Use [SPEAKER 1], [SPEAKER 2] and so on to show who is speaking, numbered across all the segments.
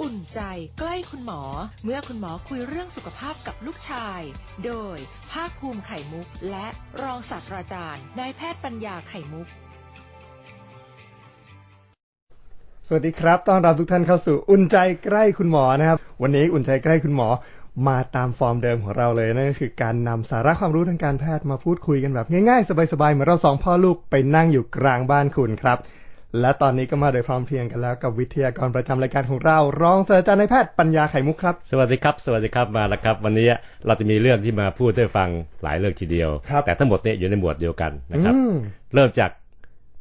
[SPEAKER 1] อุ่นใจใกล้คุณหมอ เมื่อคุณหมอคุยเรื่องสุขภาพกับลูกชาย โดย ภาคภูมิไข่มุก และรองศาสตราจารย์นายแพทย์ปัญญาไข่มุก
[SPEAKER 2] สวัสดีครับต้อนรับทุกท่านเข้าสู่อุ่นใจใกล้คุณหมอนะครับ วันนี้อุ่นใจใกล้คุณหมอมาตามฟอร์มเดิมของเราเลยนั่นก็คือการนำสาระความรู้ทางการแพทย์มาพูดคุยกันแบบง่ายๆ สบายๆ เหมือนเราสองพ่อลูกไปนั่งอยู่กลางบ้านคุณครับ และตอนนี้ก็มาโดยพร้อมเพรียงกันแล้วกับวิทยากรประจำรายการของเรารองศาสตราจารย์นายแพทย์ปัญญาไข่มุกครับ
[SPEAKER 3] สวัสดีครับ สวัสดีครับมาแล้วครับ วันนี้เราจะมีเรื่องที่มาพูดให้ฟังหลายเรื่องทีเดียว
[SPEAKER 2] ครับ
[SPEAKER 3] แต่ทั้งหมดเนี่ยอยู่ในหมวดเดียวกันนะครับ
[SPEAKER 2] อืม
[SPEAKER 3] เริ่มจาก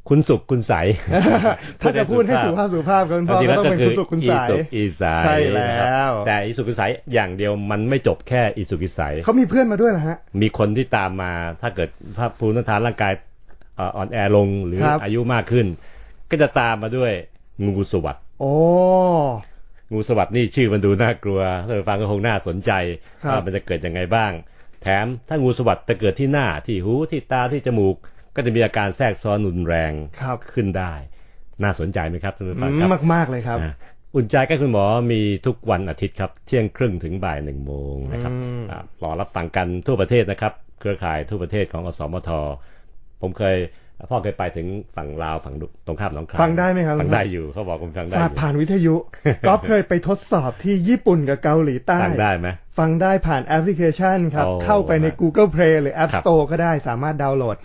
[SPEAKER 3] คุณสุขคุณใส
[SPEAKER 2] ถ้าจะพูดให้สุภาพสุภาพกันพ่อ
[SPEAKER 3] จริง
[SPEAKER 2] ก็
[SPEAKER 3] ๆแล้ว
[SPEAKER 2] ต้อง
[SPEAKER 3] ก็
[SPEAKER 2] เป็น
[SPEAKER 3] คื
[SPEAKER 2] คุณ
[SPEAKER 3] อ
[SPEAKER 2] สุขคุณ
[SPEAKER 3] อี
[SPEAKER 2] ใส
[SPEAKER 3] สุขอีใส
[SPEAKER 2] ใช่แล้ว
[SPEAKER 3] นะครับแต่อีสุขคุณใสอย่างเดียวมันไม่จบแค่อีสุขอีใส
[SPEAKER 2] เขามีเพื่อนมาด้วยเหรอฮะ
[SPEAKER 3] มีคนที่ตามมาถ้าเกิดภาพภูมิต้านทานร่างกายเอ่ออ่อนแอลงหรือ
[SPEAKER 2] ครับ
[SPEAKER 3] อายุมากขึ้น ก็จะตามมาด้วยงูสวัสด
[SPEAKER 2] โอ้
[SPEAKER 3] งูสวัสดนี่ชื่อมันดูน่ากลัวท่านผู้ฟังก็คงน่าสนใจ
[SPEAKER 2] ครับ
[SPEAKER 3] ว่ามันจะเกิดยังไงบ้าง แถมถ้างูสวัสดไปเกิดที่หน้าที่หูที่ตาที่จมูก ก็จะมีอาการแทรกซ้อนรุนแรง
[SPEAKER 2] ครับ
[SPEAKER 3] ขึ้นได้ น่าสนใจไหมครับท่านผู้
[SPEAKER 2] อื
[SPEAKER 3] ฟังครั
[SPEAKER 2] ม
[SPEAKER 3] บ
[SPEAKER 2] มากๆเลยครับ
[SPEAKER 3] อ่ะอุ่นใจใกล้คุณหมอมีทุกวันอาทิตย์ครับ เที่ยงครึ่งถึงบ่ายหนึ่งโมงนะครับ
[SPEAKER 2] อืม
[SPEAKER 3] อ่ะรอรับฟังกันทั่วประเทศนะครับ เครือข่ายทั่วประเทศของอสมท ผมเคยพ่อเคยไปถึงฝั่งลาวฝั่งตรงข้ามหนองคาย
[SPEAKER 2] ฟังได้ไหมครับ
[SPEAKER 3] ฟังได้อยู่เขาบอกผมฟังได้อ
[SPEAKER 2] ผ่านผ่า
[SPEAKER 3] ยู่
[SPEAKER 2] นวิทยุ ก๊อฟเคยไปทดสอบที่ญี่ปุ่นกับเกาหลีใต้
[SPEAKER 3] ฟังได้ไหม
[SPEAKER 2] ฟังได้ผ่านแอปพลิเคชันครับ
[SPEAKER 3] โอ้
[SPEAKER 2] เข้าไปใน
[SPEAKER 3] ฮะ
[SPEAKER 2] Google Play หรือ App
[SPEAKER 3] ครับ
[SPEAKER 2] Store ก็ได้สามารถดาวน์โหลด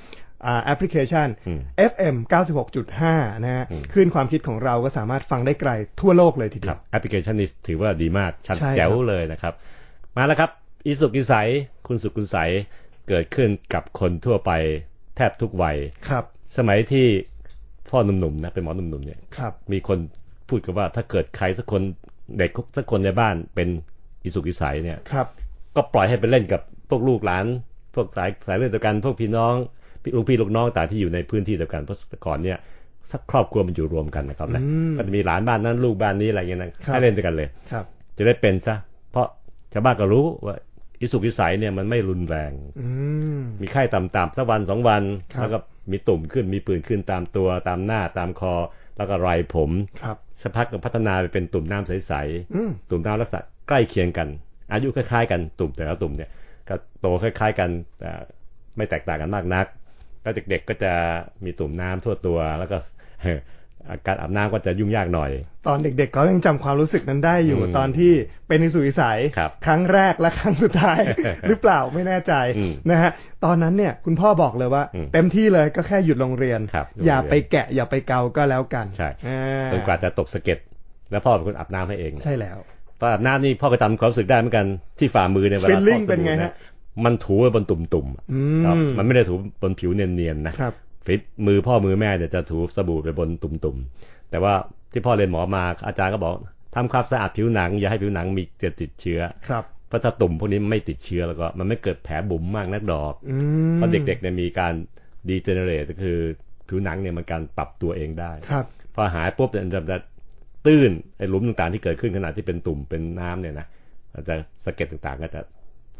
[SPEAKER 2] อ่าแอปพลิเคชัน FM 96.5 นะฮะคลื่นความคิดของเราก็สามารถฟังได้ไกลทั่วโลกเลยทีเดี
[SPEAKER 3] ค
[SPEAKER 2] ย
[SPEAKER 3] รั
[SPEAKER 2] ว
[SPEAKER 3] บแอปพลิเคชันนี้ถือว่าดีมาก ชัด
[SPEAKER 2] ใช่ครับ
[SPEAKER 3] แจ๋วเลยนะครับ มาแล้วครับอีสุกอิสัยคุณสุกคุณใสยเกิดขึ้นกับคนทั่วไปแทบทุกวัย
[SPEAKER 2] ครับ
[SPEAKER 3] สมัยที่พ่อหนุ่มๆนะเป็นหมอหนุ่มๆเนี่ย
[SPEAKER 2] ครับ
[SPEAKER 3] มีคนพูดกันว่าถ้าเกิดใครสักคนเด็กสักคนในบ้านเป็นอิสุกอิสัยเนี่ย
[SPEAKER 2] ครับ
[SPEAKER 3] ก็ปล่อยให้ไปเล่นกับพวกลูกหลาน พวกสายสายเลือดเดียวกัน พวกพี่น้องพี่ลูกพี่ลูกน้องต่างที่อยู่ในพื้นที่เดียวกันเพราะแต่ก่อนเนี่ยสักครอบครัวมันอยู่รวมกันนะครับนะก็จะมีหลานบ้านนั้นลูกบ้านนี้อะไรอย่างเงี้ยนะครับ ให้เล่นด้วยกันเลย
[SPEAKER 2] ครับ
[SPEAKER 3] จะได้เป็นซะ เพราะชาวบ้านก็รู้ว่าอิสุกอิสัยเนี่ยมันไม่รุนแรง
[SPEAKER 2] อืม
[SPEAKER 3] มีไข้ต่ำๆสักวันสองวัน
[SPEAKER 2] ครับ
[SPEAKER 3] แล้วก็มีตุ่มขึ้นมีปืนขึ้นตามตัวตามหน้าตามคอ แล้วก็ไรผม
[SPEAKER 2] ครับ
[SPEAKER 3] สักพักก็พัฒนาไปเป็นตุ่มน้ำใส
[SPEAKER 2] อืม
[SPEAKER 3] ๆ ตุ่มน้ำลักษณะใกล้เคียงกัน อายุคล้ายๆ กัน ตุ่มแต่ละตุ่มเนี่ยก็โตคล้ายๆ กันแต่ไม่แตกต่างกันมากนัก แล้วเด็กๆก็จะมีตุ่มน้ำทั่วตัว แล้วก็ การอาบน้ำก็จะยุ่งยากหน่อย
[SPEAKER 2] ตอนเด็กๆก็ยังจำความรู้สึกนั้นได้อยู่ ตอนที่เป็นอิสุอิสัย
[SPEAKER 3] ครับ
[SPEAKER 2] ครั้งแรกและครั้งสุด ท้าย หรือเปล่าไม่แน่ใจนะฮะตอนนั้นเนี่ยคุณพ่อบอกเลยว่า เต็มที่เลยก็แค่หยุดโรงเรียน
[SPEAKER 3] ครับ
[SPEAKER 2] อย่าไปแกะอย่าไปเกาก็แล้วกัน
[SPEAKER 3] ใช่
[SPEAKER 2] อ่
[SPEAKER 3] จนกว่าจะตกสะเก็ดแล้วพ่อเป็นคนอาบน้ำให้เอง
[SPEAKER 2] ใช่แล้ว
[SPEAKER 3] ตอนอาบน้ำนี่พ่อก็จำความรู้สึกได้เหมือนกันที่ฝ่ามือในยเวลาพ่อ
[SPEAKER 2] Feeling
[SPEAKER 3] สบู่
[SPEAKER 2] เป็นไงฮะ
[SPEAKER 3] มันถูไปบนตุ่มๆอะ
[SPEAKER 2] อื
[SPEAKER 3] ครับ
[SPEAKER 2] ม
[SPEAKER 3] มันไม่ได้ถูบนผิวเนียนๆนะ
[SPEAKER 2] ครับ
[SPEAKER 3] ฟิตมือพ่อมือแม่เนี่ยจะถูสบู่ไปบนตุ่มๆ แต่ว่าที่พ่อเรียนหมอมาอาจารย์ก็บอกทำความสะอาดผิวหนัง อย่าให้ผิวหนังมีเจอติดเชื้อ
[SPEAKER 2] ครับ
[SPEAKER 3] เพราะถ้าตุ่มพวกนี้ไม่ติดเชื้อแล้วก็มันไม่เกิดแผลบุ๋มมากนักดอก
[SPEAKER 2] อืม
[SPEAKER 3] เพราะเด็กๆเนี่ยมีการดีเจเนเรตก็คือผิวหนังเนี่ยมันการปรับตัวเองได้
[SPEAKER 2] ครับ
[SPEAKER 3] พอหายปุ๊บเนี่ยมันจะตื้นไอ้หลุมต่างๆที่เกิดขึ้นขณะที่เป็นตุ่มเป็นน้ำเนี่ยนะอาจจะสะเก็ดต่างๆ ก็จะ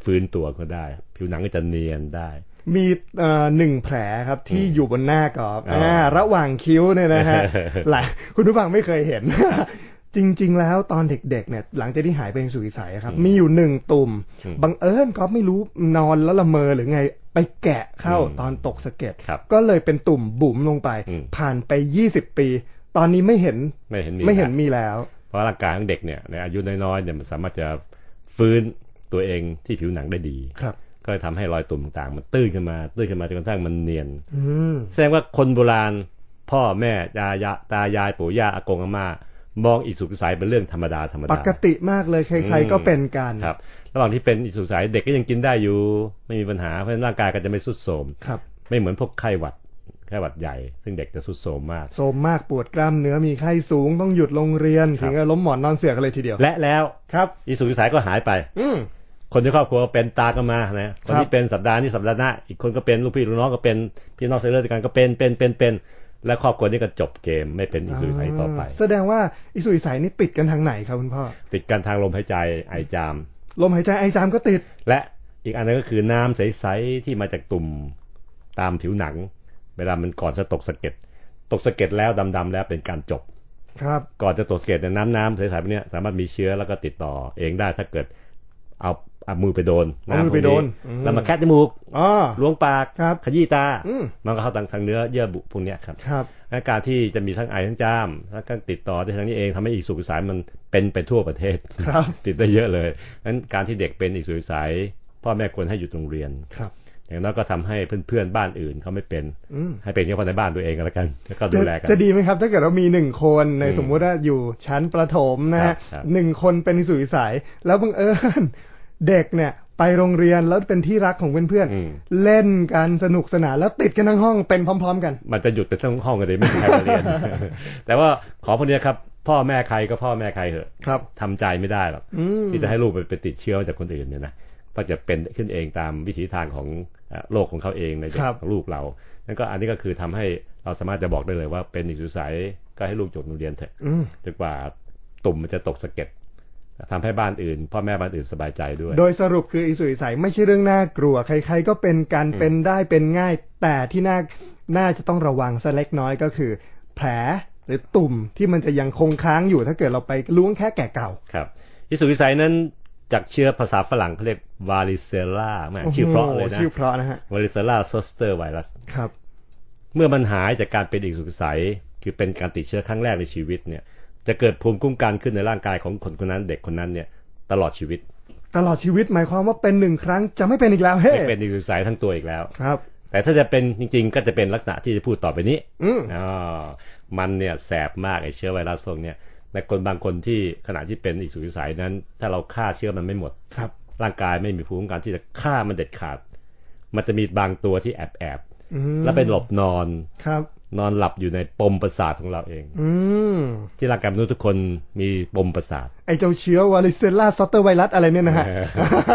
[SPEAKER 3] ฟื้นตัวก็ได้ ผิวหนังก็จะเนียนได้
[SPEAKER 2] มีเอ่อหนึ่งแผลครับที่อยู่บนหน้ากอบ
[SPEAKER 3] อ๋ออ่
[SPEAKER 2] าระหว่างคิ้วเนี่ยนะ ฮะ หลายคุณผู้ฟังไม่เคยเห็น จริง ๆ แล้วตอนเด็ก ๆ เนี่ย หลังจากที่หายไปในสุริสัยครับ มีอยู่หนึ่งตุ่มบังเอิญก็ไม่รู้นอนแล้วละเมอหรือไงไปแกะเข้าตอนตกสะเก็ด
[SPEAKER 3] ครับ
[SPEAKER 2] ก็เลยเป็นตุ่มบุ๋มลงไป
[SPEAKER 3] อืม
[SPEAKER 2] ผ่านไป 20 ปี ตอนนี้ไม่เห็น
[SPEAKER 3] ไม่เห็นมี
[SPEAKER 2] ไม่เห็นมีแล้ว
[SPEAKER 3] เพราะร่างกายของเด็กเนี่ยในอายุน้อยๆเนี่ยมันสามารถจะฟื้นตัวเองที่ผิวหนังได้ดี
[SPEAKER 2] ครับ
[SPEAKER 3] ก็เลยทำให้รอยตุ่มต่างๆ มันตื้นขึ้นมา ตื้นขึ้นมาจนกระทั่งมันเนียน
[SPEAKER 2] อืม
[SPEAKER 3] แสดงว่าคนโบราณ พ่อแม่ตายายตายายปู่ย่าอากงอาม่า มองอิสุกอิสายเป็นเรื่องธรรมดาธรรม
[SPEAKER 2] ป
[SPEAKER 3] ดาก
[SPEAKER 2] ติมากเลยใครๆก็เป็นกัน
[SPEAKER 3] ครับระหว่างที่เป็นอิสุกอิสายเด็กก็ยังกินได้อยู่ ไม่มีปัญหาเพราะฉะนั้นร่างกายก็จะไม่สุดโทรม
[SPEAKER 2] ครับ
[SPEAKER 3] ไม่เหมือนพวกไข้หวัดไข้หวัดใหญ่ ซึ่งเด็กจะสุดโทรมมาก
[SPEAKER 2] โทรมมากปวดกล้ามเนื้อมีไข้สูงต้องหยุดโรงเรียน ถึงกับล้มหมอนนอนเสือกกันเลยทีเดียว
[SPEAKER 3] และแล้ว
[SPEAKER 2] ครับ
[SPEAKER 3] อิสุกอิสายก็หายไป
[SPEAKER 2] อืม
[SPEAKER 3] คนในครอบครัวเป็นตาก็มานะคน
[SPEAKER 2] ครั
[SPEAKER 3] ที่
[SPEAKER 2] บ
[SPEAKER 3] เป็นสัปดาห์นี้สัปดาห์หน้าอีกคนก็เป็นลูกพี่ลูกน้องก็เป็นพี่น้องเซเลอร์ด้วยกันก็เป็นเป็นเป็นเป็นและครอบครัวนี้ก็จบเกมไม่เป็นอิสุยใสต่อไป
[SPEAKER 2] แสดงว่าอิสุอิสัยนี่ติดกันทางไหนครับคุณพ่อ
[SPEAKER 3] ติดกันทางลมหายใจไอจาม
[SPEAKER 2] ลมหายใจไอจามก็ติด
[SPEAKER 3] และอีกอันหนึงก็คือน้ำใสๆที่มาจากตุ่มตามผิวหนัง เวลามันก่อนจะตกสะเก็ดตกสะเก็ดแล้วดำๆแล้วเป็นการจบ
[SPEAKER 2] ครับ
[SPEAKER 3] ก่อนจะตรวจสะเก็ดเนี่ยน้ำน้ำใสๆแบบเนี้ยสามารถมีเชื้อแล้วก็ติดต่อเองได้ถ้าเกิดเอาเอามือไปโดน
[SPEAKER 2] เอามือไปโดน
[SPEAKER 3] พวก
[SPEAKER 2] อืม
[SPEAKER 3] แล้วมาแคะจมูก
[SPEAKER 2] อ๋อ
[SPEAKER 3] ล้วงปาก
[SPEAKER 2] ครับ
[SPEAKER 3] ขยี้ตา
[SPEAKER 2] อืม
[SPEAKER 3] มันก็เข้าทางทางเนื้อเยื่อบุพวกเนี้ยครับ
[SPEAKER 2] ครับ
[SPEAKER 3] และการที่จะมีทั้งไอทั้งจามแล้วก็ติดต่อได้ทางนี้เองทำให้อีกสุกสายมันเป็นไปทั่วประเทศ
[SPEAKER 2] ครับ
[SPEAKER 3] ติดได้เยอะเลยนั้นการที่เด็กเป็นอีกสุกสายพ่อแม่ควรให้อยู่โรงเรียน
[SPEAKER 2] ครับ
[SPEAKER 3] อย่างน้อยก็ทำให้เพื่อนๆบ้านอื่นเขาไม่เป็น
[SPEAKER 2] อืม
[SPEAKER 3] ให้เป็นเฉพาะในบ้านตัวเองก็แล้วกันแล้วก็ดู
[SPEAKER 2] จะ
[SPEAKER 3] แลกัน
[SPEAKER 2] จะดีไหมครับ ถ้าเกิดเรามีหนึ่งคนใน
[SPEAKER 3] อืม
[SPEAKER 2] สมมุติว่าอยู่ชั้นประถมนะฮะ
[SPEAKER 3] ครับ
[SPEAKER 2] หนึ่งคนเป็นสุวิสัยแล้วบังเอิญ เด็กเนี่ย ไปโรงเรียนแล้วเป็นที่รักของเพื่อน
[SPEAKER 3] อืม
[SPEAKER 2] ๆเล่นกันสนุกสนานแล้วติดกันทั้งห้องเป็นพร้อม ๆ กัน
[SPEAKER 3] มันจะหยุดเป็นทั้งห้องกันเลยไม่มีใครมาเรียน แต่ว่าของพวกเนี้ยครับ พ่อแม่ใครก็พ่อแม่ใครเถอะ
[SPEAKER 2] ครับ
[SPEAKER 3] ทำใจไม่ได้หรอก
[SPEAKER 2] อืม
[SPEAKER 3] ที่จะให้ลูกไปไปติดเชื้อมาจากคนอื่นเนี่ยนะก็จะเป็นขึ้นเองตามวิถีทางของเอ่อโลกของเขาเองในเด็ก
[SPEAKER 2] ครับ
[SPEAKER 3] ของลูกเรานั่นก็อันนี้ก็คือทำให้เราสามารถจะบอกได้เลยว่าเป็นอีกสุสัยก็ให้ลูกจบโรงเรียนเถอะ
[SPEAKER 2] อืม
[SPEAKER 3] จนกว่าตุ่มมันจะตกสะเก็ดทำให้บ้านอื่น พ่อแม่บ้านอื่นสบายใจด้วย
[SPEAKER 2] โดยสรุปคืออีสุวิสัยไม่ใช่เรื่องน่ากลัว ใคร ๆ ก็เป็นกันเป็นได้เป็นง่าย แต่ที่น่าน่าจะต้องระวังสักเล็กน้อยก็คือ แผลหรือตุ่มที่มันจะยังคงค้างอยู่ ถ้าเกิดเราไปล้วงแค่แก่เก่า
[SPEAKER 3] ครับอิสุวิสัยนั้นจากเชื้อภาษาฝรั่งเขาเรียกวาริเซล่าแหม่ชื่อเพราะเลย
[SPEAKER 2] โโห
[SPEAKER 3] นะ
[SPEAKER 2] ชื่อเพราะนะฮะ
[SPEAKER 3] วาริเซล่าซอสเตอร์ไวรัส
[SPEAKER 2] ครับ
[SPEAKER 3] เมื่อมันหายจากการเป็นอีกสุกใสคือเป็นการติดเชื้อครั้งแรกในชีวิตเนี่ยจะเกิดภูมิคุ้มกันขึ้นในร่างกายของคนคนนั้นเด็กคนนั้นเนี่ยตลอดชีวิต
[SPEAKER 2] ตลอดชีวิตหมายความว่าเป็นหนึ่งครั้งจะไม่เป็นอีกแล้วเฮ้
[SPEAKER 3] ไม่เป็นอีกสุกใสทั้งตัวอีกแล้ว
[SPEAKER 2] ครับ
[SPEAKER 3] แต่ถ้าจะเป็นจริง ๆ ก็จะเป็นลักษณะที่จะพูดต่อไปนี้
[SPEAKER 2] อืม
[SPEAKER 3] อ๋อมันเนี่ยแสบมากไอเชื้อไวรัสพวกเนี่ยในคนบางคนที่ขณะที่เป็นอีกสุกใสนั้น ถ้าเราฆ่าเชื้อมันไม่หมด
[SPEAKER 2] ครับ
[SPEAKER 3] ร่างกายไม่มีภูมิคุ้มกันที่จะฆ่ามันเด็ดขาด มันจะมีบางตัวที่แอบแอบๆ
[SPEAKER 2] อืม
[SPEAKER 3] แล้วไปหลบนอน
[SPEAKER 2] ครับ
[SPEAKER 3] นอนหลับอยู่ในปมประสาทของเราเอง
[SPEAKER 2] อืม
[SPEAKER 3] ที่ร่างกายมนุษย์ทุกคนมีปมประ สาท
[SPEAKER 2] ไอเจ้าเชื้อวาริเซลลาซอตเตอร์ไวรัสอะไรเนี่ยนะฮะ
[SPEAKER 3] เออ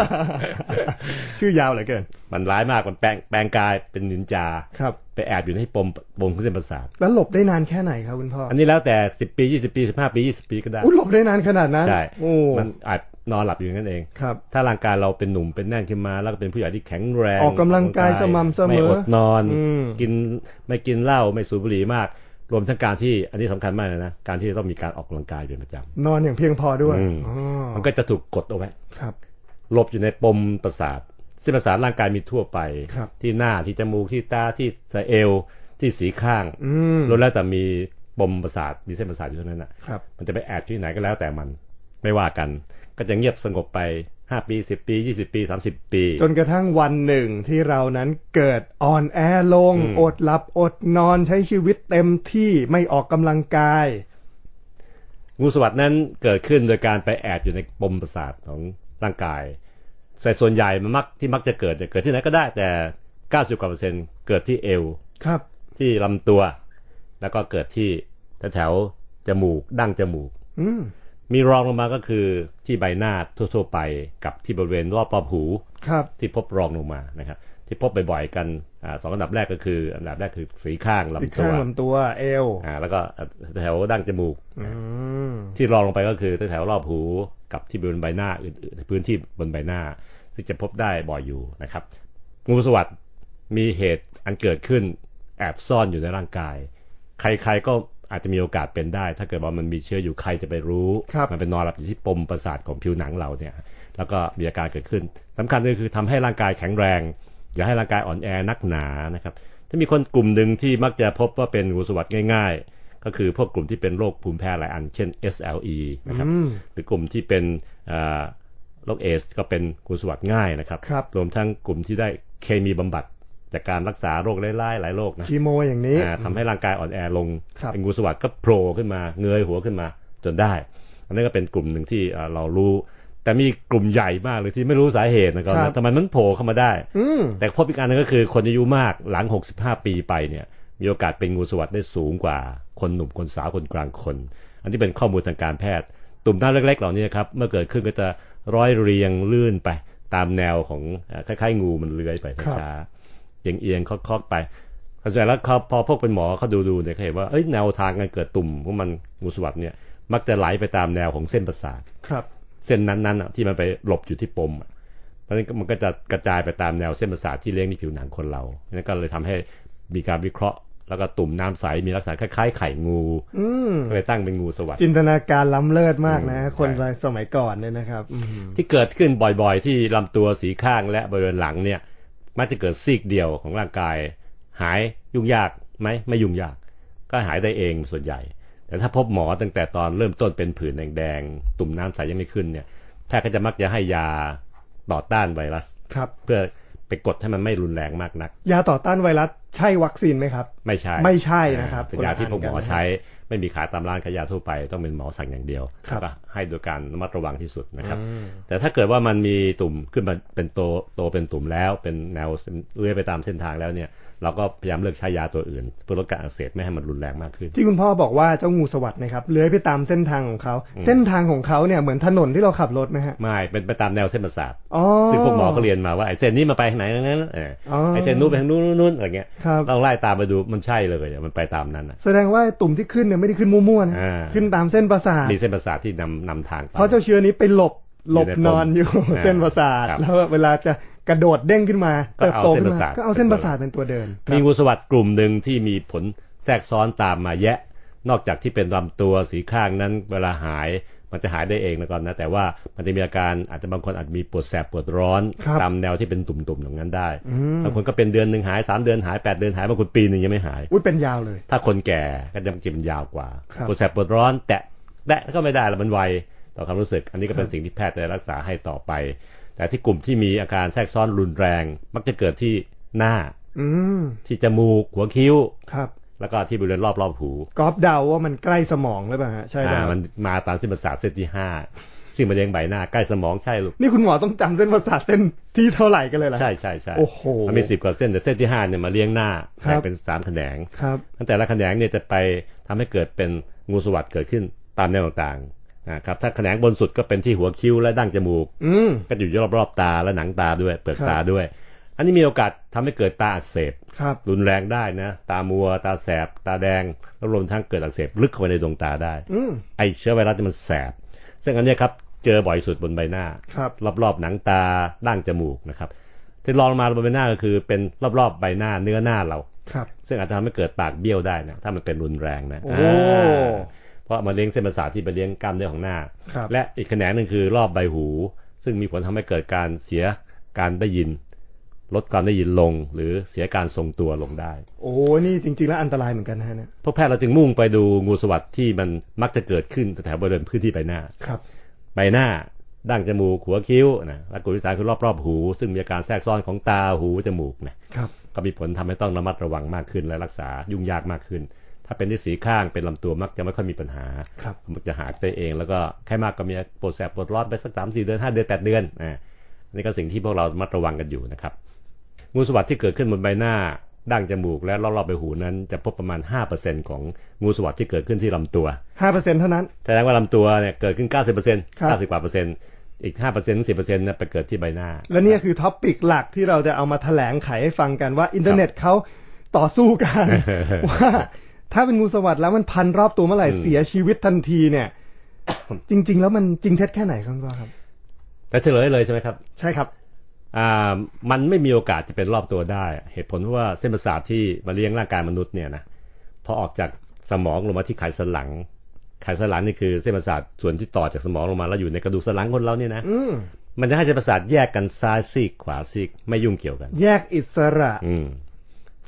[SPEAKER 2] ชื่อยาวเหลือเกิน
[SPEAKER 3] มันร้ายมากมันแปลงแปลงกายเป็นนินจา
[SPEAKER 2] ครับ
[SPEAKER 3] ไปแอบอยู่ในปมปมของเส้นประสาท
[SPEAKER 2] แล้วหลบได้นานแค่ไหนครับคุณพ่อ
[SPEAKER 3] อันนี้แล้วแต่สิบปียี่สิบปีสิบห้าปียี่สิบปีก็ได้
[SPEAKER 2] อุ้หลบได้นานขนาดนั้น
[SPEAKER 3] ใช่
[SPEAKER 2] โอ้
[SPEAKER 3] มันอาจนอนหลับอยู่อย่างนั้นเอง
[SPEAKER 2] ครับ
[SPEAKER 3] ถ้าร่างกายเราเป็นหนุ่มเป็นแน่นขึ้นมา แล้วก็เป็นผู้ใหญ่ที่แข็งแรง
[SPEAKER 2] ออกกำลังกายสม่ำเสมอ
[SPEAKER 3] ไม่อดนอน
[SPEAKER 2] อืม
[SPEAKER 3] กินไม่กินเหล้าไม่สูบบุหรี่มาก รวมทั้งการที่อันนี้สำคัญมากเลยนะการที่ต้องมีการออกกำลังกายเป็นประจำ
[SPEAKER 2] นอนอย่างเพียงพอด้วย
[SPEAKER 3] อืม
[SPEAKER 2] อ๋อ
[SPEAKER 3] มันก็จะถูกกดเอาไว้
[SPEAKER 2] ครับ
[SPEAKER 3] หลบอยู่ในปมประสาทเส้นประสาทร่างกายมีทั่วไป
[SPEAKER 2] ครับ
[SPEAKER 3] ที่หน้าที่จมูกที่ตาที่สะเอวที่สีข้าง
[SPEAKER 2] อืม
[SPEAKER 3] รวมแล้วแต่มีปมประสาทมีเส้นประสาทอยู่เท่านั้นนะครับ มันจะไปแอบที่ไหนก็แล้วแต่มันไม่ว่ากัน ก็จะเงียบสงบไป 5 ปี 10 ปี 20 ปี 30 ปี
[SPEAKER 2] จนกระทั่งวันหนึ่งที่เรานั้นเกิดอ่อนแอลง อดหลับอดนอนใช้ชีวิตเต็มที่ไม่ออกกำลังกาย
[SPEAKER 3] งูสวัสดนั้นเกิดขึ้นโดยการไปแอบอยู่ในปมประสาทของร่างกายแต่ส่วนใหญ่มันมักที่มักจะเกิดเนี่ยเกิดที่ไหนก็ได้แต่ 90กว่าเปอร์เซ็นต์เกิดที่เอว
[SPEAKER 2] ครับ
[SPEAKER 3] ที่ลำตัวแล้วก็เกิดที่แถวๆจมูกดั้งจมูก
[SPEAKER 2] อืม
[SPEAKER 3] มีรองลงมาก็คือที่ใบหน้าทั่วๆไปกับที่บริเวณรอบปอบหู
[SPEAKER 2] ครับ
[SPEAKER 3] ที่พบรองลงมานะครับที่พบบ่อยๆกันอาสองอันดับแรกก็คืออันดับแรกคือสีข้าง
[SPEAKER 2] อีก
[SPEAKER 3] ลำตั
[SPEAKER 2] ข้าง
[SPEAKER 3] ว
[SPEAKER 2] ลำตัวเอว
[SPEAKER 3] อ่าแล้วก็แถวดั้งจมูก
[SPEAKER 2] อืม
[SPEAKER 3] ที่รองลงไปก็คือแถวๆรอบหูกับที่บริเวณใบหน้าอื่นๆพื้นที่บนใบหน้า ซึ่งจะพบได้บ่อยอยู่นะครับ งูสวัสดมีเหตุอันเกิดขึ้นแอบซ่อนอยู่ในร่างกาย ใครๆก็อาจจะมีโอกาสเป็นได้ ถ้าเกิดว่ามันมีเชื้ออยู่ใครจะไปรู้ มันเป็นนอนหลับอยู่ที่ปมประสาทของผิวหนังเราเนี่ย แล้วก็มีอาการเกิดขึ้นสำคัญก็คือทำให้ร่างกายแข็งแรง อย่าให้ร่างกายอ่อนแอนักหนานะครับ ถ้ามีคนกลุ่มหนึ่งที่มักจะพบว่าเป็นงูสวัสดง่าย ๆ ก็คือพวกกลุ่มที่เป็นโรคภูมิแพ้หลายอัน เช่น SLE นะครับหรือกลุ่มที่เป็นเอ่อโรคเอสก็เป็นงูสวัสดง่ายนะครับ
[SPEAKER 2] ครับ
[SPEAKER 3] รวมทั้งกลุ่มที่ได้เคมีบำบัดจากการรักษาโรคไล่ๆหลายโรคนะ
[SPEAKER 2] คีโมอย่างนี้
[SPEAKER 3] อ่าทำให้ร่างกายอ่อนแอลง
[SPEAKER 2] ครับ
[SPEAKER 3] ไอ้งูสวัสดก็โผล่ขึ้นมาเงยหัวขึ้นมาจนได้ อันนี้นก็เป็นกลุ่มหนึ่งที่อ่าเรารู้ แต่มีกลุ่มใหญ่มากเลยที่ไม่รู้สาเหตุนะครับนะทำไมมันโผล่เข้ามาได้
[SPEAKER 2] อืม
[SPEAKER 3] แต่พบอีกอันหนึงก็คือคนอายุมากหลัง 65 ปีไปเนี่ยมีโอกาสเป็นงูสวัสดได้สูงกว่าคนหนุ่มคนสาวคนกลางคน อันที่เป็นข้อมูลทางการแพทย์ ตุ่มน้ำเล็กๆ เหล่านี้ครับเมื่อเกิดขึ้นก็จะร้อยเรียงลื่นไปตามแนวของเอ่อคล้ายๆ งูมันเลื้อยไปช้าๆเอียงๆคอกๆไปเข้าใจแล้วครับพอพวกเป็นหมอเขาดูๆเนี่ยเขาเห็นว่าเอ้ยแนวทางการเกิดตุ่มของมันงูสวัสดเนี่ยมักจะไหลไปตามแนวของเส้นประสาท
[SPEAKER 2] ครับ
[SPEAKER 3] เส้นนั้นๆอ่ะที่มันไปหลบอยู่ที่ปมอ่ะเพราะฉะนั้นมันก็จะกระจายไปตามแนวเส้นประสาทที่เลี้ยงที่ผิวหนังคนเรานั่นก็เลยทำให้มีการวิเคราะห์ แล้วก็ตุ่มน้ำใสมีลักษณะคล้ายๆไข่งู
[SPEAKER 2] อืม
[SPEAKER 3] ก็เลยตั้งเป็นงูสวัสด์
[SPEAKER 2] จินตนาการล้ำเลิศมากนะ
[SPEAKER 3] อืม
[SPEAKER 2] คน
[SPEAKER 3] ใช่
[SPEAKER 2] ในสมัยก่อนเนี่ยนะครับอืม
[SPEAKER 3] ที่เกิดขึ้นบ่อยๆ ที่ลำตัวสีข้างและบริเวณหลังเนี่ย มักจะเกิดซีกเดียวของร่างกาย หายยุ่งยากไหมไม่ยุ่งยาก ก็หายได้เองส่วนใหญ่ แต่ถ้าพบหมอตั้งแต่ตอนเริ่มต้นเป็นผื่นแดงๆตุ่มน้ำใสยังไม่ขึ้นเนี่ยแพทย์ก็จะมักจะให้ยาต่อต้านไวรัส
[SPEAKER 2] ครับ
[SPEAKER 3] เพื่อไปกดให้มันไม่รุนแรงมากนัก
[SPEAKER 2] ยาต่อต้านไวรัสใช่วัคซีนไหมครับ
[SPEAKER 3] ไม่ใช่
[SPEAKER 2] ไม่ใช่นะครับ
[SPEAKER 3] เป็นยาที่พวกหมอ
[SPEAKER 2] คนละอันกันนะ
[SPEAKER 3] ใช้ ไม่มีขายตามร้านขายยาทั่วไป ต้องเป็นหมอสั่งอย่างเดียว
[SPEAKER 2] ครับ
[SPEAKER 3] ก็ให้โดยการระมัดระวังที่สุดนะครับ
[SPEAKER 2] อืม
[SPEAKER 3] แต่ถ้าเกิดว่ามันมีตุ่มขึ้นมาเป็นโตโตเป็นตุ่มแล้วเป็นแนวเลื้อยไปตามเส้นทางแล้วเนี่ย เราก็พยายามเลือกใช้ยาตัวอื่น เพื่อลดการอักเสบไม่ให้มันรุนแรงมากขึ้น
[SPEAKER 2] ที่คุณพ่อบอกว่าเจ้างูสวัสด์นะครับเลื้อยไปตามเส้นทางของเขา เส้นทางของเขาเนี่ยเหมือนถนนที่เราขับรถไหมฮะ
[SPEAKER 3] ไม่เป็นไปตามแนวเส้นประสาท
[SPEAKER 2] อ๋อ
[SPEAKER 3] ซึ่งพวกหมอก็เรียนมาว่าไอ้เส้นนี้มาไปทางไหนนั้นเออ
[SPEAKER 2] อ
[SPEAKER 3] ไอ้เส้นนู้นไปทางนู้นนู้นนู้นอะไรเงี้ย
[SPEAKER 2] ครับ
[SPEAKER 3] เราไล่ตามไปดูมันใช่เลยอะมันไปตามนั้นอะ
[SPEAKER 2] แสดงว่าตุ่มที่ขึ้นเนี่ยไม่ได้ขึ้นมั่วๆนะ
[SPEAKER 3] อ่า
[SPEAKER 2] ขึ้นตามเส้นประสาท
[SPEAKER 3] มีเส้นประสาทที่นำนำทางไป
[SPEAKER 2] เพราะเจ้าเชื้อนี้ไปหลบหลบ
[SPEAKER 3] อยู่ในปม
[SPEAKER 2] นอนอยู่
[SPEAKER 3] อ่า
[SPEAKER 2] เส้นประสาท
[SPEAKER 3] ครับ
[SPEAKER 2] แล้วเวลาจะกระโดดเด้งขึ้นมา
[SPEAKER 3] ก็
[SPEAKER 2] เติบ
[SPEAKER 3] เอา
[SPEAKER 2] โตขึ้นมา
[SPEAKER 3] เส้นประสาท
[SPEAKER 2] ก็เอาเส้นประสาทเป็นตัวเดิน
[SPEAKER 3] มีงูสวัสด์กลุ่มหนึ่งที่มีผลแทรกซ้อนตามมาแยะ นอกจากที่เป็นลำตัวสีข้างนั้นเวลาหายมันจะหายได้เองนะครับนะ แต่ว่ามันจะมีอาการอาจจะบางคนอาจมีปวดแสบปวดร้อน ตามแนวที่เป็นตุ่มๆอย่างนั้นได้บางคนก็เป็นเดือนหนึ่งหายสามเดือนหายแปดเดือนหายบางคนปีหนึ่งยังไม่หาย
[SPEAKER 2] อุ้ยเป็นยาวเลย
[SPEAKER 3] ถ้าคนแก่ก็จะกินยาวกว่า
[SPEAKER 2] ครับ
[SPEAKER 3] ปวดแสบปวดร้อน แตะแตะก็ไม่ได้แล้วมันไวต่อความรู้สึก อันนี้ก็เป็นสิ่งที่แพทย์จะรักษาให้ต่อไป แต่ที่กลุ่มที่มีอาการแทรกซ้อนรุนแรง มักจะเกิดที่หน้า
[SPEAKER 2] อืม
[SPEAKER 3] ที่จมูกหัวคิ้ว
[SPEAKER 2] ครับ
[SPEAKER 3] แล้วก็ที่บริเวณรอบรอบๆหู
[SPEAKER 2] กอฟเดาว่ามันใกล้สมองหรือเปล่าฮะใช่ไหม
[SPEAKER 3] อ่ามันมาตามเส้นประสาทเส้นที่ห้าซึ่งมันเลี้ยงใบหน้าใกล้สมองใช่ลูก
[SPEAKER 2] นี่คุณหมอต้องจำเส้นประสาทเส้นที่เท่าไหร่กันเลยล่ะ
[SPEAKER 3] ใช่ใช่ใช่
[SPEAKER 2] โอ้โห
[SPEAKER 3] มันมีสิบกว่าเส้นแต่เส้นที่ห้าเนี่ยมาเลี้ยงหน้า
[SPEAKER 2] ครับ
[SPEAKER 3] แบ่งเป็นสามแขนง
[SPEAKER 2] ครับ
[SPEAKER 3] ทั้งแต่ละแขนงเนี่ยจะไปทำให้เกิดเป็นงูสวัสด์เกิดขึ้นตามแนวต่างๆนะครับถ้าแขนงบนสุดก็เป็นที่หัวคิ้วและดั้งจมูก
[SPEAKER 2] อืม
[SPEAKER 3] ก็อยู่รอบๆตาและหนังตาด้วย เปลือก
[SPEAKER 2] ครับ
[SPEAKER 3] ตาด้วย อันนี้มีโอกาสทำให้เกิดตาอักเสบ
[SPEAKER 2] ครับ
[SPEAKER 3] รุนแรงได้นะ ตามัว ตาแสบ ตาแดงแล้วรวมทั้งเกิดอักเสบลึกเข้าไปในดวงตาได้
[SPEAKER 2] อืม
[SPEAKER 3] ไอเชื้อไวรัสเนี่ยมันแสบ ซึ่งอันเนี้ยครับ เจอบ่อยสุดบนใบหน้า
[SPEAKER 2] ครับ
[SPEAKER 3] รอบๆหนังตาด่างจมูกนะครับ ที่ลองลงมาบนใบหน้าก็คือเป็นรอบๆใบหน้าเนื้อหน้าเรา
[SPEAKER 2] ครับ
[SPEAKER 3] ซึ่งอาจจะทำให้เกิดปากเบี้ยวได้นะถ้ามันเป็นรุนแรงนะ
[SPEAKER 2] โอ้
[SPEAKER 3] าเพราะมันเลี้ยงเส้นประสาทที่ไปเลี้ยงกล้ามเนื้อของหน้า
[SPEAKER 2] ครับ
[SPEAKER 3] และอีกแขนงหนึ่งคือรอบใบหู ซึ่งมีผลทำให้เกิดการเสียการได้ยิน ลดการได้ยินลง หรือเสียการทรงตัวลงได้
[SPEAKER 2] โอ้นี่จริงๆแล้วอันตรายเหมือนกันนะฮะเนี่ย
[SPEAKER 3] พวกแพทย์เราจึงมุ่งไปดูงูสวัสด์ที่มันมักจะเกิดขึ้นแถวบริเวณพื้นที่ใบหน้า
[SPEAKER 2] ครับ
[SPEAKER 3] ใบหน้าดั้งจมูกหัวคิ้วนะและกลุ่มที่สามคือรอบรอบๆหู ซึ่งมีอาการแทรกซ้อนของตาหูจมูกนะครับ ก็มีผลทำให้ต้องระมัดระวังมากขึ้น และรักษายุ่งยากมากขึ้น ถ้าเป็นที่สีข้างเป็นลำตัวมักจะไม่ค่อยมีปัญหา
[SPEAKER 2] ครับ
[SPEAKER 3] มักจะหายได้เอง แล้วก็แค่มากก็มีปวดแสบปวดร้อนไปสักสามสี่เดือนห้าเดือนแปดเดือนอ่านี่ก็สิ่งที่พวกเราระมัดระวังกันอยู่นะครับงูสวัสด์ที่เกิดขึ้นบนใบหน้าดั้งจมูก และรอบๆใบหูนั้นจะพบประมาณ5%ของงูสวัสด์ที่เกิดขึ้นที่ลำตัว
[SPEAKER 2] ห้าเปอร์เซ็นเท่านั้น
[SPEAKER 3] แสดงว่าลำตัวเนี่ยเกิดขึ้น 90%
[SPEAKER 2] ครับ
[SPEAKER 3] 90กว่าเปอร์เซ็นต์อีก 5% 10%นะไปเกิดที่ใบหน้า
[SPEAKER 2] และเนี่ยคือท็อปปิกหลักที่เราจะเอามาแถลงไขให้ฟังกันว่าอินเทอร์เน็ตเขาต่อสู้กัน ว่าถ้าเป็นงูสวัสด์แล้วมันพันรอบตัวเมื่อไหร่เสียชีวิตทันทีเนี่ย จริง ๆ แล้วมันจริงเท็จแค่ไหนครับคุณพ่อครับ
[SPEAKER 3] แต่เฉลยเลยใช่ไหมครับ
[SPEAKER 2] ใช่ครับ
[SPEAKER 3] อ่ามันไม่มีโอกาสจะเป็นรอบตัวได้ เหตุผลเพราะว่าเส้นประสาทที่มาเลี้ยงร่างกายมนุษย์เนี่ยนะพอออกจากสมองลงมาที่ไขสันหลัง ไขสันหลังนี่คือเส้นประสาทส่วนที่ต่อจากสมองลงมาแล้วอยู่ในกระดูกสันหลังคนเราเนี่ยนะ
[SPEAKER 2] อืม
[SPEAKER 3] มันจะให้เส้นประสาทแยกกันซ้ายซีกขวาซีกไม่ยุ่งเกี่ยวกัน
[SPEAKER 2] แยกอิสระ
[SPEAKER 3] อืม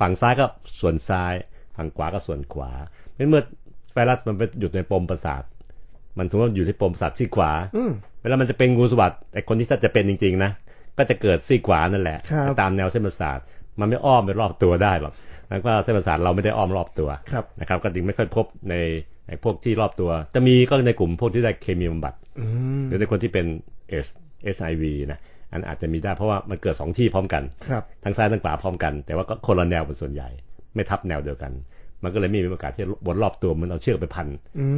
[SPEAKER 3] ฝั่งซ้ายก็ส่วนซ้าย ฝั่งขวาก็ส่วนขวาเป็นเมื่อไวรัสมันไปหยุดในปมประสาท มันถือว่าอยู่ที่ปมประสาทซีกขวา
[SPEAKER 2] อืม
[SPEAKER 3] เวลามันจะเป็นงูสวัสด์ไอคนที่ถ้าจะเป็นจริงๆนะก็จะเกิดซีกขวานั่นแหละ
[SPEAKER 2] ครับ
[SPEAKER 3] ตามแนวเส้นประสาทมันไม่อ้อมไปรอบตัวได้หรอกนั่นก็เส้นประสาทเราไม่ได้อ้อมรอบตัว
[SPEAKER 2] ครับ
[SPEAKER 3] นะครับ ก็จึงไม่ค่อยพบในไอพวกที่รอบตัว จะมีก็ในกลุ่มพวกที่ได้เคมีบำบัด
[SPEAKER 2] อืม
[SPEAKER 3] หรือในคนที่เป็นเอสเอสไอวีนะอันอาจจะมีได้เพราะว่ามันเกิดสองที่พร้อมกัน
[SPEAKER 2] ครับ
[SPEAKER 3] ทั้งซ้ายทั้งขวาพร้อมกัน แต่ว่าก็คนละแนวเป็นส่วนใหญ่ ไม่ทับแนวเดียวกัน มันก็เลยไม่มีโอกาสที่วนรอบตัวเหมันเอาเชือกไปพัน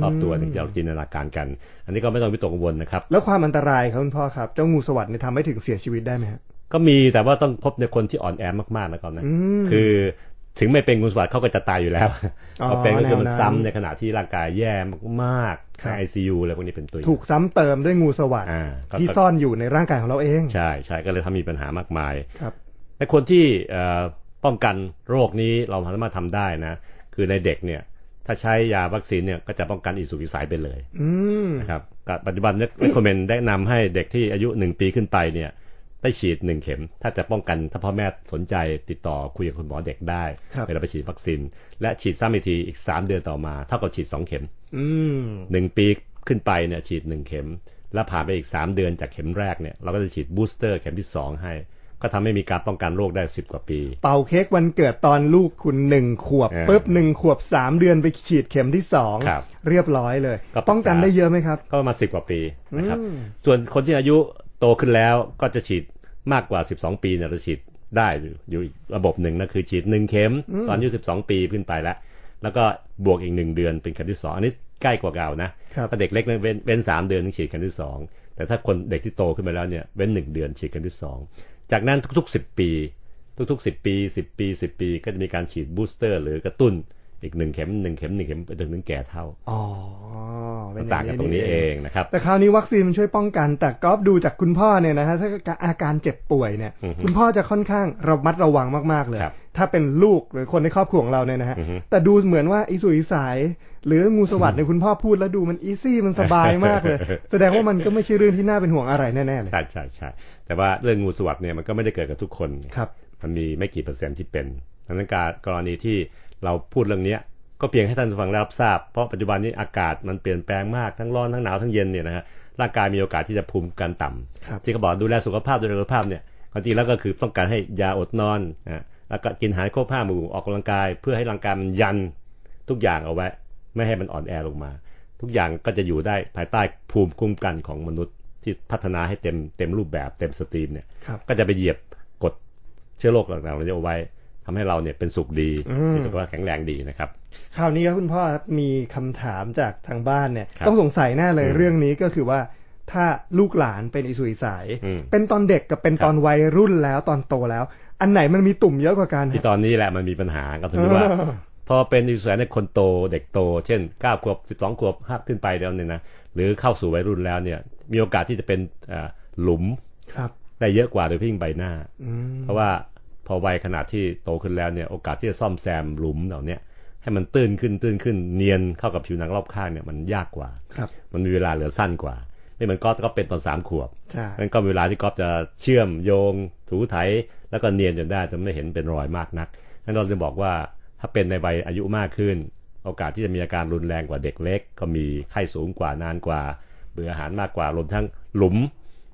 [SPEAKER 3] รอบตัวถึงจะเราจินตนาการกัน อันนี้ก็ไม่ต้องวิตกกังวลนะครับ
[SPEAKER 2] แล้วความอันตรายครับคุณพ่อครับ เจ้างูสวัสด์เนี่ยทำให้ถึงเสียชีวิตได้ไหมฮะ
[SPEAKER 3] ก็มีแต่ว่าต้องพบในคนที่อ่อนแอมากๆนะครับนะคือถึงไม่เป็นงูสวัสด์เขาก็จะตายอยู่แล้ว
[SPEAKER 2] อ๋อ
[SPEAKER 3] พอเป็นก็คือมัน
[SPEAKER 2] แนวนั้น
[SPEAKER 3] ซ้ำในขณะที่ร่างกายแย่มากๆ
[SPEAKER 2] ครับ
[SPEAKER 3] ไอซียูอะไรพวกนี้เป็นตัวอย่าง
[SPEAKER 2] ถูกซ้ำเติมด้วยงูสวัสด์
[SPEAKER 3] อ่าก็
[SPEAKER 2] ที่ซ่อนอยู่ในร่างกายของเราเอง
[SPEAKER 3] ใช่ใช่ก็เลยทำมีปัญหามากมาย
[SPEAKER 2] ครับ
[SPEAKER 3] แต่คนที่เอ่อ ป้องกันโรคนี้เราสามารถทำได้นะ คือในเด็กเนี่ย ถ้าใช้ยาวัคซีนเนี่ยก็จะป้องกันอีสุกอีสายไปเลย
[SPEAKER 2] อืม
[SPEAKER 3] นะครับกับปัจจุบันเนี่ย recommend แนะนำให้เด็กที่อายุ 1 ปีขึ้นไปเนี่ยได้ฉีด 1 เข็ม ถ้าจะป้องกันถ้าพ่อแม่สนใจติดต่อคุยกับคุณหมอเด็กได้
[SPEAKER 2] ครับ
[SPEAKER 3] เวลาไปฉีดวัคซีน และฉีดซ้ำอีกทีอีก 3 เดือนต่อมาเท่ากับฉีด 2 เข็ม
[SPEAKER 2] อืม
[SPEAKER 3] 1 ปีขึ้นไปเนี่ยฉีด 1 เข็ม และผ่านไปอีก 3 เดือนจากเข็มแรกเนี่ยเราก็จะฉีดบูสเตอร์เข็มที่ 2 ให้ ก็ทำให้มีการป้องกันโรคได้ 10 กว่าปี
[SPEAKER 2] เป่าเค้กวันเกิดตอนลูกคุณหนึ่งขวบ
[SPEAKER 3] เออ
[SPEAKER 2] ปุ๊บหนึ่งขวบสามเดือนไปฉีดเข็มที่สอง
[SPEAKER 3] ครับ
[SPEAKER 2] เรียบร้อยเลย
[SPEAKER 3] ก็ปรึกษา
[SPEAKER 2] ป้องกันได้เยอะไหมครับ
[SPEAKER 3] ก็ประมาณสิบกว่าปีนะครับ ส่วนคนที่อายุโตขึ้นแล้วก็จะฉีดมากกว่า 12 ปีเนี่ยจะฉีดได้อยู่อยู่อีกระบบหนึ่งนะคือฉีดหนึ่งเข็ม ตอนอายุ12 ปีขึ้นไปแล้ว แล้วก็บวกอีกหนึ่งเดือนเป็นเข็มที่สองอันนี้ใกล้กว่าเก่านะครับ ถ้าเด็กเล็กเนี่ยเว้นเว้นสามเดือนถึงฉีดเข็มที่สองแต่ถ้าคนเด็กที่โตขึ้นไปแล้วเนี่ยเว้นหนึ่งเดือนฉีดเข็มที่สองจากนั้นทุกๆ 10 ปี ทุกๆ 10 ปี 10 ปี 10 ปี ก็จะมีการฉีดบูสเตอร์ หรือกระตุ้นอีกหนึ่งเข็มหนึ่งเข็มหนึ่งเข็มไปจนถึงแก่เท่า
[SPEAKER 2] อ๋อเป็นอย่
[SPEAKER 3] ต่างกันตรงนี้เองนะครับ
[SPEAKER 2] แต่คราวนี้วัคซีนมันช่วยป้องกัน แต่กอฟดูจากคุณพ่อเนี่ยนะฮะถ้าอาการเจ็บป่วยเนี่ยคุณพ่อจะค่อนข้างระมัดระวังมากๆเลย
[SPEAKER 3] ครับ
[SPEAKER 2] ถ้าเป็นลูกหรือคนในครอบครัวของเราเนี่ยนะฮะแต่ดูเหมือนว่าอิสุยสาย หรืองูสวัสด์ในยคุณพ่อพูดแล้วดูมันอีซี่มันสบาย มากเลย แสดงว่ามันก็ไม่ใช่เรื่องที่น่าเป็นห่วงอะไรแน่ๆเลย
[SPEAKER 3] ใช่ใช่ใช่แต่ว่าเรื่องงูสวัสด์เนี่ยมันก็ไม่ได้เกิดกับทุกคนไง
[SPEAKER 2] ครับ
[SPEAKER 3] มันมีไม่กี่เปอร์เซ็นต์ที่เป็นดังนั้นการกรณีที่เราพูดเรื่องเนี้ยก็เพียงให้ท่านผู้ฟังได้รับทราบ เพราะปัจจุบันนี้อากาศมันเปลี่ยนแปลงมากทั้งร้อนทั้งหนาวทั้งเย็นเนี่ยนะฮะร่างกายมีโอกาสที่จะภูมิคุ้มกันต่ำ
[SPEAKER 2] ครับ
[SPEAKER 3] ที่เขาบอกดูแลสุขภาพดูแลสุขภาพเนี่ยความจริงแล้วก็คือต้องการให้ยาอดนอนนะแล้วก็กินอาหารครบห้าหมู่ออกกำลังกาย เพื่อให้ร่างกายมันยันทุกอย่างเอาไว้ ไม่ให้มันอ่อนแอลงมา ทุกอย่างก็จะอยู่ได้ภายใต้ภูมิคุ้มกันของมนุษย์ที่พัฒนาให้เต็มเต็มรูปแบบเต็มสตรีมเนี่ย
[SPEAKER 2] ครับ
[SPEAKER 3] ก็จะไปเหยียบกดเชื้อโรคต่างๆเหล่านี้เอาไว้ทำให้เราเนี่ยเป็นสุขดีมีสุขภาพแข็งแรงดีนะครับ
[SPEAKER 2] คราวนี้ครับคุณพ่อครับมีคำถามจากทางบ้านเนี่ย
[SPEAKER 3] ครับ
[SPEAKER 2] ต้องสงสัยแน่เลย
[SPEAKER 3] อืม
[SPEAKER 2] เรื่องนี้ก็คือว่าถ้าลูกหลานเป็นอิสุอิสาย
[SPEAKER 3] อืม
[SPEAKER 2] เป็นตอนเด็กกับเป็นตอนวัยรุ่นแล้วตอนโตแล้ว อันไหนมันมีตุ่มเยอะกว่ากัน
[SPEAKER 3] ที่
[SPEAKER 2] ครับ
[SPEAKER 3] ตอนนี้แหละมันมีปัญหาก็ถึง ว่า พอเป็นอิสระในคนโตเด็กโต เช่น9ขวบ12ขวบห้าขึ้นไปแล้วเนี่ยนะหรือเข้าสู่วัยรุ่นแล้วเนี่ยมีโอกาสที่จะเป็นเอ่อหลุม
[SPEAKER 2] ครับ
[SPEAKER 3] ได้เยอะกว่าโดยเฉพาะยิ่งใบหน้า
[SPEAKER 2] อืม
[SPEAKER 3] เพราะว่าพอวัยขนาดที่โตขึ้นแล้วเนี่ยโอกาสที่จะซ่อมแซมหลุมเหล่าเนี้ยให้มันตื้นขึ้นตื้นขึ้นเนียนเข้ากับผิวหนังรอบข้างเนี่ยมันยากกว่า
[SPEAKER 2] ครับ
[SPEAKER 3] มันมีเวลาเหลือสั้นกว่า ไม่เหมือนก๊อฟแต่ก็เป็นตอนสามขวบ
[SPEAKER 2] ใช่
[SPEAKER 3] นั้นก็มีเวลาที่ก๊อฟจะเชื่อมโยง ถูไถแล้วก็เนียนจนได้จนไม่เห็นเป็นรอยมากนักนั้นเราจะบอกว่าถ้าเป็นในวัยอายุมากขึ้น โอกาสที่จะมีอาการรุนแรงกว่าเด็กเล็ก ก็มีไข้สูงกว่านานกว่า เบื่ออาหารมากกว่ารวมทั้งหลุม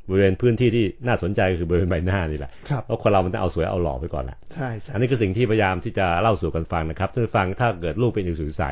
[SPEAKER 3] บริเวณพื้นที่ที่น่าสนใจก็คือบริเวณใบหน้านี่แหละ
[SPEAKER 2] ครับ
[SPEAKER 3] เพราะคนเรามันต้องเอาสวยเอาหล่อไปก่อนแหละ
[SPEAKER 2] ใช่ใช่
[SPEAKER 3] อันนี้คือสิ่งที่พยายามที่จะเล่าสู่กันฟังนะครับท่านผู้ฟังถ้าเกิดลูกเป็นอิสุใส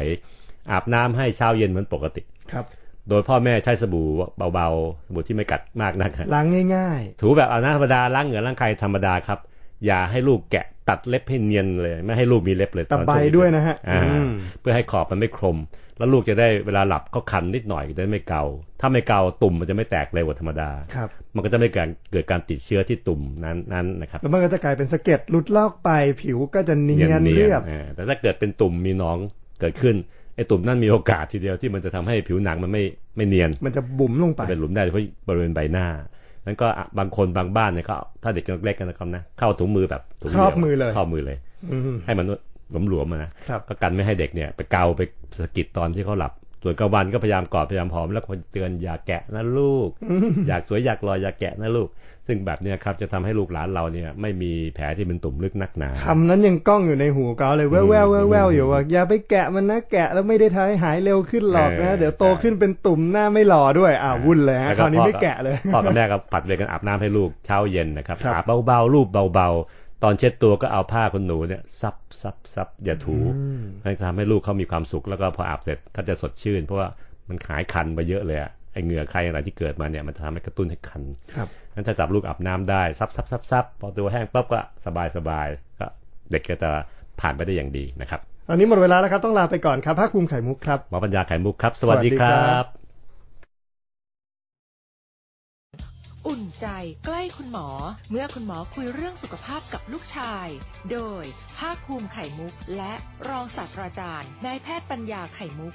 [SPEAKER 3] อาบน้ำให้เช้าเย็นเหมือนปกติ
[SPEAKER 2] ครับ
[SPEAKER 3] โดยพ่อแม่ใช้สบู่เบาๆ สบู่ที่ไม่กัดมากนักฮะ
[SPEAKER 2] ล้างง่าย
[SPEAKER 3] ถูแบบเอาน้ำธรรมดาล้างเหงื่อล้างใครธรรมดาครับ อย่าให้ลูกแกะตัดเล็บให้เนียนเลย ไม่ให้ลูกมีเล็บเลย
[SPEAKER 2] ตะไบ
[SPEAKER 3] อนช่ง
[SPEAKER 2] ด้วยนะฮะ
[SPEAKER 3] อ่า
[SPEAKER 2] อืม
[SPEAKER 3] เพื่อให้ขอบมันไม่คม แล้วลูกจะได้เวลาหลับก็คันนิดหน่อยจะได้ไม่เกา ถ้าไม่เกาตุ่มมันจะไม่แตกเร็วกว่าธรรมดา
[SPEAKER 2] ๆครับ
[SPEAKER 3] มันก็จะไม่เกิดเกิดการติดเชื้อที่ตุ่มนั้นนั้นนะครับ
[SPEAKER 2] แล้วมันก็จะกลายเป็นสะเก็ดหลุดลอกไปผิวก็จะเนียนเรียบ
[SPEAKER 3] ๆอ่าแต่ถ้าเกิดเป็นตุ่มมีหนองเกิดขึ้นไอ้ตุ่มนั่นมีโอกาสทีเดียวที่มันจะทำให้ผิวหนังมันไม่ไม่เนียน
[SPEAKER 2] มันจะบุ๋มลงไป
[SPEAKER 3] เป็นหลุมได้เฉพาะบริเวณใบหน้า นั้นก็อ่ะบางคนบางบ้านเนี่ยก็ถ้าเด็กเล็กๆกันนะครับนะ เข้าถุงมือแบบถุงดียว
[SPEAKER 2] ครอบมือเลย
[SPEAKER 3] ครอบมือเลย
[SPEAKER 2] อืม
[SPEAKER 3] ให้มันหลวมๆอะนะครับ ก็กันไม่ให้เด็กเนี่ยไปเกาไปสะกิดตอนที่เขาหลับ ส่วนกลางวันก็พยายามกอดพยายามหอมแล้วก็เตือนอย่าแกะนะลู ก อยากสวยอยากรอยอย่าแกะนะลูก ซึ่งแบบเนี้ยครับจะทำให้ลูกหลานเราเนี่ยไม่มีแผลที่เป็นตุ่มลึกนักหนา
[SPEAKER 2] คำนั้นยังก้องอยู่ในหูเขาเลยแว่วแว่วแว่วแว่วอยู่ว่าอย่าไปแกะมันนะแกะแล้วไม่ได้ทำให้หายเร็วขึ้นหรอกนะ
[SPEAKER 3] เออ
[SPEAKER 2] เดี๋ยวโตขึ้นเป็นตุ่มหน้าไม่หล่อด้วยอ่าวุ่นเลยฮะ
[SPEAKER 3] แล้ว
[SPEAKER 2] คราวนี้ไม่แกะเลย
[SPEAKER 3] พ่อกับแม่ก็ผลัดเวรกันอาบน้ำให้ลูกเช้าเย็นนะครับ
[SPEAKER 2] ครับ
[SPEAKER 3] อาบเบาๆรูปเบาๆ ตอนเช็ดตัวก็เอาผ้าขนหนูเนี่ยซับซับซับอย่าถูให้ทำให้ลูกเขามีความสุขแล้วก็พออาบเสร็จเขาจะสดชื่น เพราะว่ามันหายคันไปเยอะเลยอะไอเหงื่อใครอะไรที่เกิดมาเนี่ยมันจะทำให้กระตุ้นให้คัน
[SPEAKER 2] ครับ
[SPEAKER 3] งั้นถ้าจับลูกอาบน้ำได้ซับซับซับซับพอตัวแห้งปั๊บก็สบายสบายก็เด็กก็จะผ่านไปได้อย่างดีนะครับ
[SPEAKER 2] ตอนนี้หมดเวลาแล้วครับต้องลาไปก่อนครับภาคภูมิไข่มุกครับ
[SPEAKER 3] หมอปัญญาไข่มุกครับ สวัสดีค
[SPEAKER 2] สวัส
[SPEAKER 3] รั
[SPEAKER 2] ดีครับ บ
[SPEAKER 1] อุ่นใจใกล้คุณหมอ เมื่อคุณหมอคุยเรื่องสุขภาพกับลูกชาย โดยภาคภูมิไข่มุก และรองศาสตราจารย์นายแพทย์ปัญญาไข่มุก